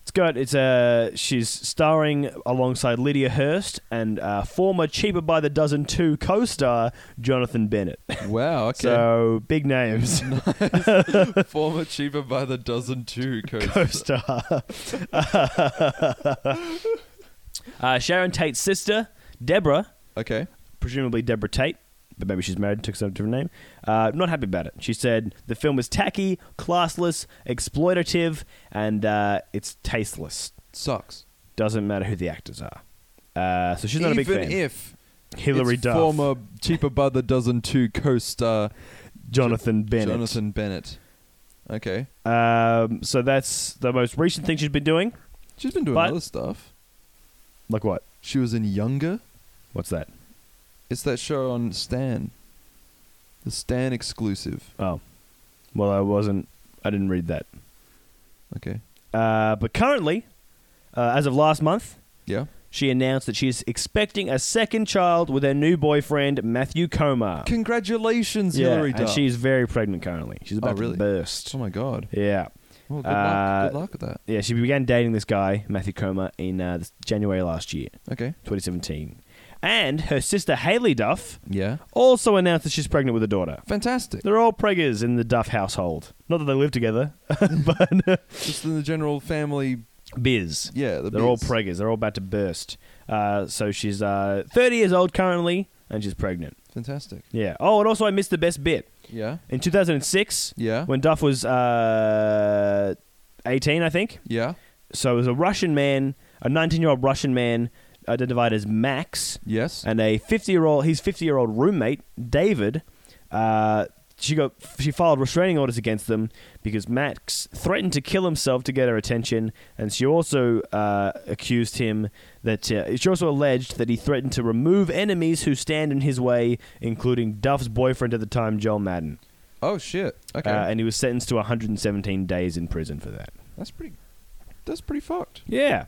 it's good. It's uh, she's starring alongside Lydia Hurst and uh, former Cheaper by the Dozen 2 co-star Jonathan Bennett. <laughs>
Wow. Okay.
So big names <laughs>
<laughs> Former cheaper by the dozen too. Coach.
co-star. uh, Sharon Tate's sister, Deborah,
Okay.
presumably Deborah Tate, but maybe she's married, took some different name. Uh, not happy about it. She said the film is tacky, classless, exploitative, and uh, it's tasteless.
Sucks.
Doesn't matter who the actors are. Uh, so she's not
Even
a big fan.
if
Hilary
it's
Duff,
former cheaper by the dozen too co-star
Jonathan Bennett.
Jonathan Bennett. Okay.
Um, so that's the most recent thing she's been doing.
She's been doing
But-
other stuff.
Like what?
She was in Younger.
What's that?
It's that show on Stan. The Stan exclusive.
Oh, well, I wasn't. I didn't read that.
Okay.
Uh, but currently, uh, as of last month,
Yeah.
She announced that she is expecting a second child with her new boyfriend, Matthew Comar.
Congratulations,
yeah,
Hillary
and
Duff.
she's very pregnant currently. She's about
Oh, really?
to burst.
oh my god.
Yeah.
Well, good luck. Good
Uh,
luck with that.
Yeah, she began dating this guy, Matthew Comar, in uh, this- January last year,
Okay.
2017. And her sister, Haley Duff,
Yeah.
also announced that she's pregnant with a daughter.
Fantastic.
They're all preggers in the Duff household. Not that they live together, <laughs> but uh,
Just in the general family.
biz.
Yeah. The
They're all
bits.
preggers. They're all about to burst. Uh, so she's uh, 30 years old currently, and she's pregnant.
Fantastic.
Yeah. Oh, and also I missed the best bit.
Yeah.
In 2006,
Yeah.
when Duff was uh, 18, I think.
yeah.
So it was a Russian man, a 19-year-old Russian man identified as Max,
Yes.
and a 50-year-old his 50-year-old roommate David. Uh, she got she filed restraining orders against them because Max threatened to kill himself to get her attention, and she also uh, accused him that uh, she also alleged that he threatened to remove enemies who stand in his way, including Duff's boyfriend at the time, Joel Madden,
oh shit. Okay.
uh, and he was sentenced to 117 days in prison for that.
that's pretty. That's pretty fucked.
Yeah.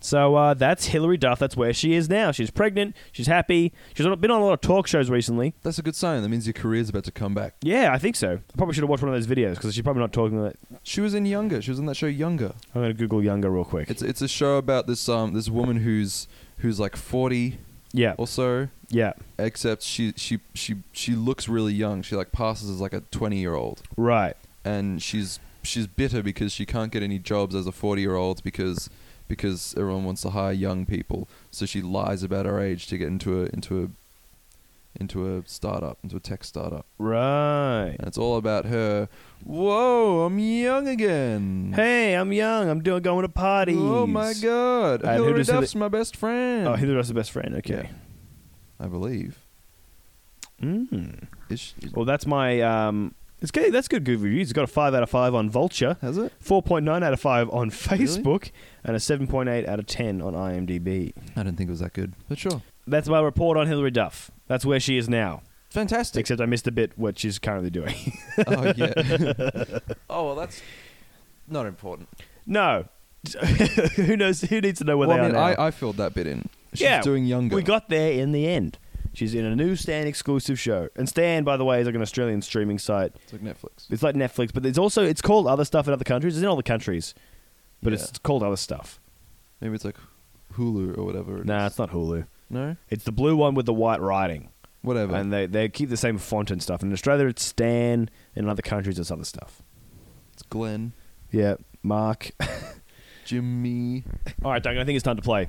So uh, that's Hillary Duff. That's where she is now. She's pregnant. She's happy. She's on- been on a lot of talk shows recently.
That's a good sign. That means your career's about to come back.
Yeah, I think so. I probably should have watched one of those videos because she's probably not talking. Like,
She was in Younger. She was in that show Younger.
I'm going to Google younger real quick.
It's it's a show about this um this woman who's who's like forty
yeah,
or so,
yeah,
except she she she she looks really young. She like passes as like a twenty year old,
right.
and she's she's bitter because she can't get any jobs as a forty year old because because everyone wants to hire young people. So she lies about her age to get into a into a into a startup, into a tech startup.
Right.
And it's all about her. Whoa, I'm young again.
Hey, I'm young. I'm doing going to parties.
Oh my god.
And who
Hillary
does Hillary-
Duff's my best friend.
Oh, Hillary Duff's the best friend. Okay.
I believe.
Mm.
Is she,
Well, that's my. Um, it's good. That's good. Good reviews. It's got a five out of five on Vulture,
has it?
four point nine out of five on Facebook, and a seven point eight out of ten on IMDb.
I didn't think it was that good. But sure.
That's my report on Hillary Duff. That's where she is now.
Fantastic.
Except I missed a bit what she's currently doing.
oh yeah.
<laughs>
oh well that's not important.
no. <laughs> who knows? Who needs to know where
well,
they
I mean
are now?
I, I filled that bit in. She's
Yeah,
doing younger.
we got there in the end. She's in a new Stan exclusive show. And Stan, by the way, is like an Australian streaming site.
it's like Netflix.
It's like Netflix, but it's also it's called other stuff in other countries. It's in all the countries, but
Yeah.
it's called other stuff.
Maybe it's like Hulu or whatever. it
Nah,
is.
it's not Hulu.
No?
It's the blue one with the white writing,
Whatever.
and they they keep the same font and stuff. In Australia, it's Stan. In other countries, it's other stuff.
it's Glenn.
Yeah, Mark. <laughs>
Jimmy.
all right, Duncan. I think it's time to play.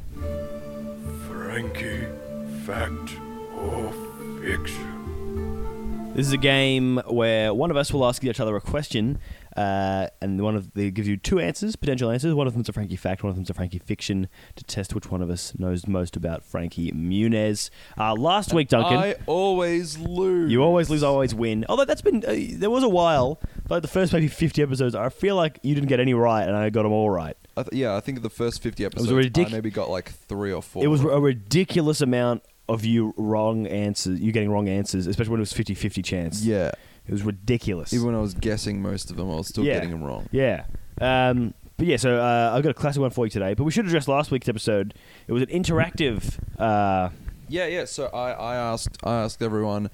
Frankie, fact or fiction?
This is a game where one of us will ask each other a question, uh, and one of they gives you two answers, potential answers. One of them's a Frankie fact, one of them's a Frankie fiction, to test which one of us knows most about Frankie Muniz. Uh, last week, Duncan,
I always lose.
you always lose, I always win. Although that's been uh, there was a while, like the first maybe fifty episodes, I feel like you didn't get any right, and I got them all right.
I th- yeah, I think the first fifty
was
episodes,
ridic-
I maybe got like three or four.
It was a ridiculous amount of you wrong answers, you getting wrong answers, especially when it was 50-50 chance.
yeah.
It was ridiculous.
Even when I was guessing most of them, I was still
Yeah.
getting them wrong.
Yeah. Um, but yeah, so uh, I've got a classic one for you today. But we should address last week's episode. It was an interactive. Uh,
Yeah, yeah. So I, I asked I asked everyone,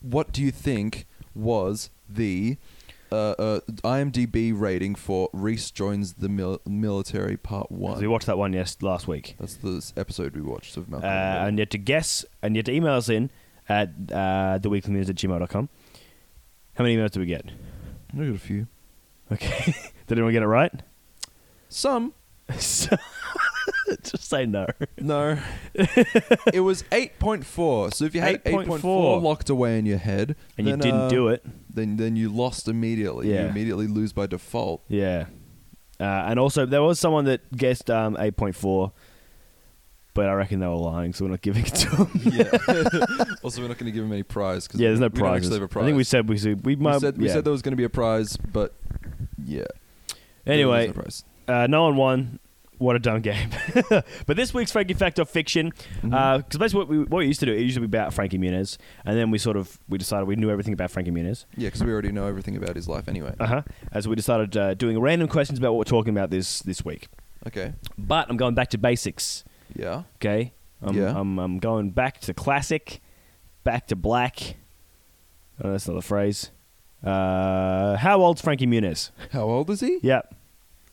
what do you think was the uh, uh, IMDb rating for Reese joins the mil- military part
so we
one?
watched that one yes last week,
That's the s- episode we watched of
uh,
Malcolm. in the Middle.
and you had to guess, and you had to email us in at uh, theweeklynews at gmail.com. How many emails did we get?
I got a few.
Okay, <laughs> did anyone get it right?
Some
So- Just say no. <laughs>
no. it was eight point four. So if you had eight point
8.4.
four locked away in your head,
And you
then,
didn't
uh,
do it.
then then you lost immediately.
Yeah.
You immediately lose by default.
Yeah. Uh, and also, there was someone that guessed um, 8.4, but I reckon they were lying, so we're not giving it to them.
yeah. <laughs> also, we're not going to give him any prize. 'cause
Yeah, there's no
we don't
prizes.
actually have a prize.
I think we said we said we
We
might.
said, we
yeah.
said there was going to be a prize, but yeah.
anyway,
There was no prize.
uh, no one won. What a dumb game. <laughs> but this week's Frankie Fact or Fiction,
Mm-hmm.
because basically what we, what we used to do, it used to be about Frankie Muniz, and then we sort of we decided we knew everything about Frankie Muniz.
yeah, because we already know everything about his life anyway.
Uh huh. As we decided uh, doing random questions about what we're talking about this this week.
Okay.
But I'm going back to basics.
Yeah.
Okay. I'm,
Yeah.
I'm, I'm going back to classic, back to black. Oh, that's not the phrase. Uh, how old's Frankie Muniz? <laughs>
How old is he?
Yep.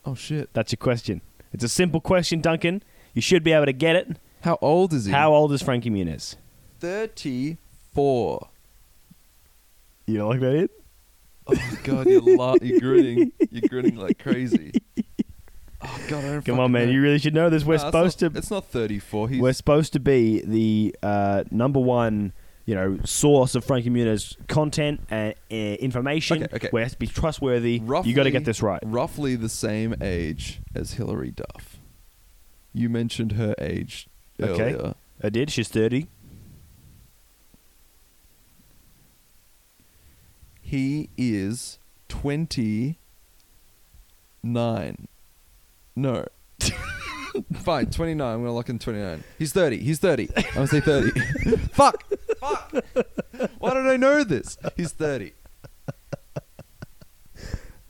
Oh shit.
That's your question. It's a simple question, Duncan. You should be able to get it.
How old is he?
How old is Frankie Muniz?
Thirty-four.
You don't like that it?
Oh my god, you're la- you're grinning. You're grinning like crazy. Oh god, I don't
Come
fucking
on, man.
know.
You really should know this. We're
Nah, it's
supposed
not-
to.
It's not thirty-four. He's
We're supposed to be the uh, number one, you know, source of Frankie Muniz content and uh, information.
Okay, okay.
We have to be trustworthy.
roughly,
you got to get this right.
Roughly the same age as Hilary Duff. You mentioned her age
Okay.
earlier.
I did. She's thirty.
He is 29. No. <laughs> Fine, 29. I'm going to lock in 29. He's 30. He's 30. I'm going to say 30. <laughs> Fuck. Fuck. Why did I know this? He's 30.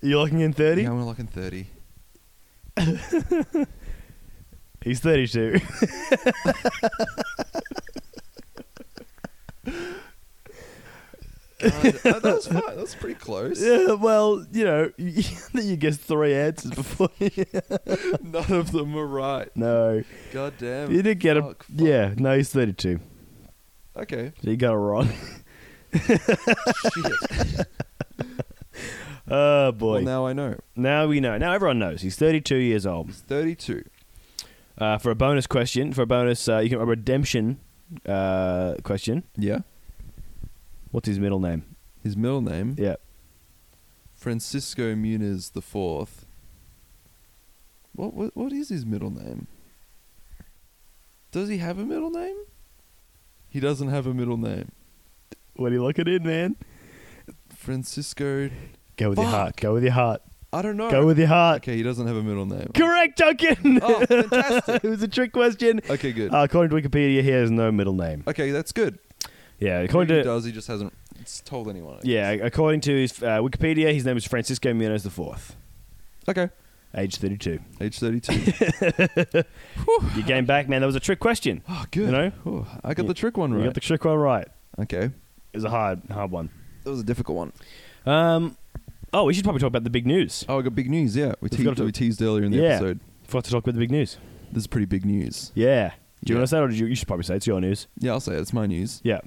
You're looking in thirty.
Yeah, I'm going to lock in 30.
He's thirty-two.
God, that that was fine. That was pretty close.
<laughs> yeah. Well, you know, <laughs> you guessed three answers before.
None of them were right.
no.
God damn.
You did get a
Fuck, fuck.
yeah. No, he's thirty-two.
Okay.
So you got it wrong.
Shit.
<laughs> Oh
well,
boy. now-,
now I know.
we know. Now everyone knows he's thirty-two years old.
He's 32.
Uh, for a bonus question, for a bonus, uh, you can a redemption uh, question.
Yeah.
What's his middle name?
His middle name,
Yeah.
Francisco Muniz the Fourth. What, what what is his middle name? Does he have a middle name? He doesn't have a middle name.
What are you looking in, man?
Francisco.
Go with your
Fuck.
heart. Go with your heart.
I don't know.
Go with your heart.
okay, he doesn't have a middle name.
Correct, <laughs> Duncan.
Oh, fantastic.
it was a trick question.
Okay, good.
Uh, according to Wikipedia, he has no middle name.
okay, that's good.
Yeah, according
he
to
does. He just hasn't it's told anyone. I
yeah,
guess.
according to his uh, Wikipedia, his name is Francisco Munoz the Fourth,
Okay.
age thirty-two.
Age
<laughs>
thirty-two.
You game back, man. That was a trick question.
oh, good.
You know?
Oh, I got
You-
the trick one
You
right.
got the trick one right.
okay.
It was a hard, hard one.
That was a difficult one.
Um, oh, we should probably talk about the big news.
Oh, I got big news. Yeah, we,
forgot
teased,
to-
we teased earlier in the
Yeah.
episode.
Forgot to talk about the big news.
This is pretty big news.
Yeah. Do you
Yeah.
want to say it, or do you, you should probably say it's your news?
Yeah, I'll say it. It's my news.
Yeah.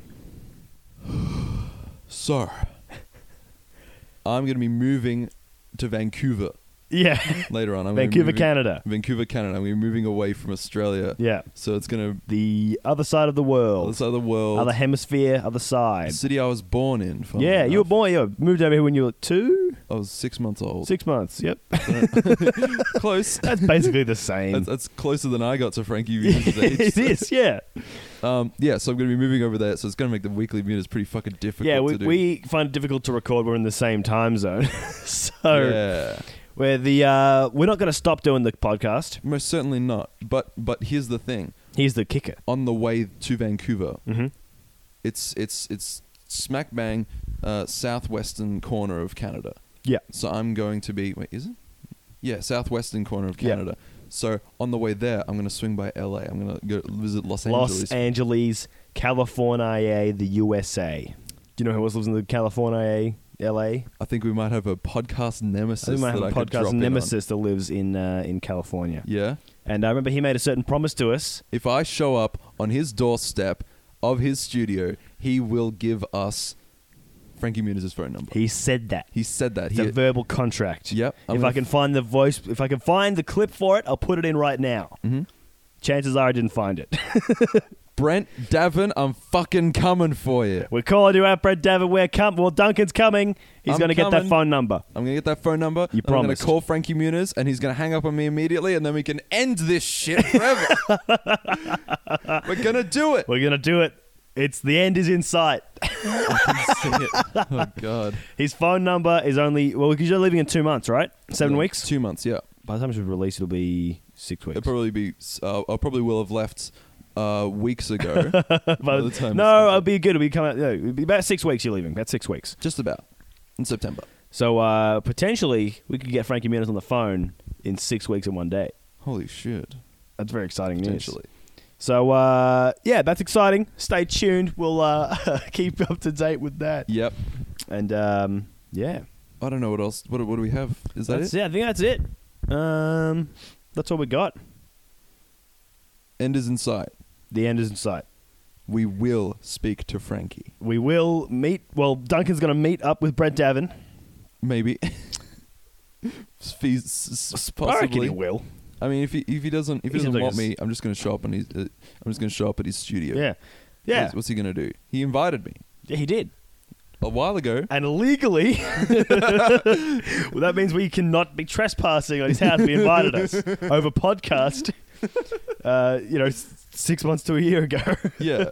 So, I'm going to be moving to Vancouver
<laughs>
<laughs>
Yeah.
later on. I'm gonna be
Vancouver,
moving-
Canada.
Vancouver, Canada. We're moving away from Australia.
Yeah.
So it's going
The other side of the
to
world.
this other world.
Other hemisphere, other
the
side.
city I was born in. funnily
yeah, you were
enough.
born, you moved over here when you were two,
I was six months <laughs> old.
six months. Yep.
Close.
That's basically the
<laughs>
same.
that's, that's closer than I got to Frankie Muniz' age.
<laughs> it is, yeah.
<laughs> Um, yeah, so I'm going to be moving over there, so it's going to make the weekly mutas pretty fucking difficult
Yeah, we,
to do.
we find it difficult to record. We're in the same time zone. <laughs> so
yeah,
where the uh, we're not going to stop doing the podcast.
most certainly not. But but here's the thing:
Here's the kicker.
on the way to Vancouver,
Mm-hmm.
it's it's it's smack bang uh, southwestern corner of Canada.
Yeah.
So I'm going to be wait, is it? Yeah, southwestern corner of
Yeah.
Canada. So on the way there, I'm going to swing by LA. I'm going to go visit Los, Angeles.
Los Angeles, California, the USA. Do you know who else lives in the California, LA?
I think we might have a podcast nemesis.
I think I have
that
a
I could drop
podcast
in on.
nemesis that lives in uh, in California.
Yeah.
And I remember he made a certain promise to us.
If I show up on his doorstep of his studio, he will give us Frankie Muniz's phone number. He,
He said that.
said that.
It's
He,
a verbal contract.
Yep, I'm
if
gonna
I can find the voice, if I can find the clip for it, I'll put it in right now.
Mhm.
Chances are I didn't find it. <laughs>
Brent Davin, I'm fucking coming for you.
We're calling you out, Brett David. We're com- well, Duncan's coming. He's
I'm
going to get that
coming.
phone number.
I'm gonna get that phone number.
You
and I'm gonna
promised.
call Frankie Muniz, and he's gonna hang up on me immediately, and then we can end this shit
<laughs>
forever. We're gonna do it.
We're going to do it. It's the end is in sight. <laughs>
oh god,
His phone number is only well because you're leaving in two months, right? Seven weeks.
two months. Yeah,
By the time it's released, it'll be six weeks.
it'll probably be. Uh, I probably will have left uh, weeks
<laughs>
ago. <laughs> by the time it's-
no, uh, it'll be good. It'll be coming. out- No, it'll be about six weeks. You're leaving. About six weeks.
just about in September.
So uh, potentially we could get Frankie Muniz on the phone in six weeks in one day.
Holy shit!
That's very exciting news.
Potentially.
So uh, yeah, that's exciting. Stay tuned. We'll uh, <laughs> keep up to date with that.
Yep.
And um, yeah,
I don't know what else. What, what do we have? Is that
that's
it?
it? I think that's it. Um, that's all we got.
End is in sight.
The end is in sight.
We will speak to Frankie.
We will meet. Well, Duncan's going to meet up with Brett Davin.
Maybe. <laughs> Fees, s- s-
I reckon
possibly.
he will.
I mean, if he if he doesn't if he,
He
doesn't
seems like
want
a s-
me, I'm just gonna show up and he's uh, I'm just gonna show up at his studio.
Yeah, yeah,
What's, what's he gonna do? He invited me
yeah he did.
a while ago.
And legally, <laughs> well, that means we cannot be trespassing on his house. He invited us over podcast. <laughs> Uh, you know, s- six months to a year ago. <laughs>
Yeah.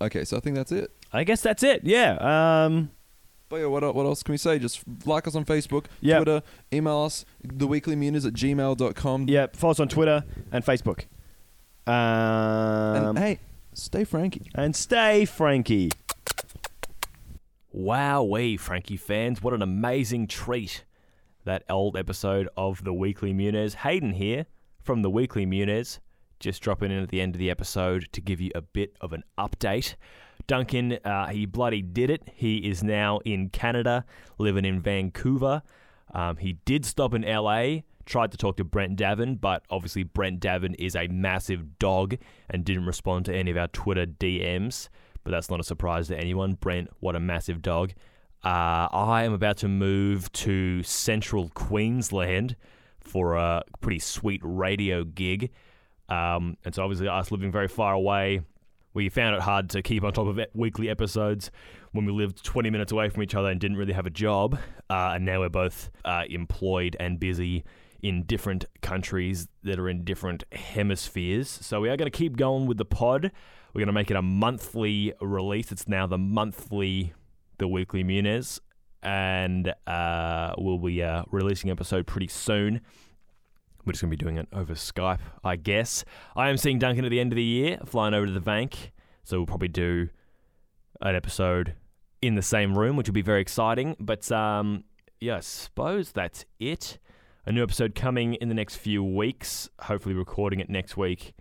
okay, so I think that's it.
I guess that's it. Yeah. Um,
But yeah, what, el- what else can we say? Just like us on Facebook,
Yep.
Twitter, email us, theweeklymunis at gmail.com.
yeah. Follow us on Twitter and Facebook.
And
Um, and,
hey, stay Frankie.
stay Frankie.
Wowee, Frankie fans, what an amazing treat that old episode of The Weekly Muniz. Hayden here from The Weekly Muniz, just dropping in at the end of the episode to give you a bit of an update. Duncan, uh, he bloody did it. He is now in Canada, living in Vancouver. Um, he did stop in LA, tried to talk to Brent Davin, but obviously Brent Davin is a massive dog and didn't respond to any of our Twitter DMs. But that's not a surprise to anyone. Brent, what a massive dog. Uh, I am about to move to central Queensland for a pretty sweet radio gig. Um, and so, obviously, us living very far away, we found it hard to keep on top of e- weekly episodes when we lived 20 minutes away from each other and didn't really have a job. Uh, and now we're both uh, employed and busy in different countries that are in different hemispheres. So we are going to keep going with the pod. We're going to make it a monthly release. It's now the monthly, the weekly Muniz. And uh, we'll be uh, releasing episode pretty soon. We're just going to be doing it over Skype, I guess. I am seeing Duncan at the end of the year, flying over to the Vank. So we'll probably do an episode in the same room, which will be very exciting. But um, yeah, I suppose that's it. A new episode coming in the next few weeks. Hopefully, recording it next week.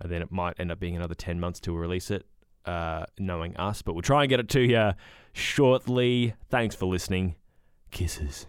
And then it might end up being another 10 months till we release it, uh, knowing us. But we'll try and get it to you shortly. Thanks for listening. Kisses.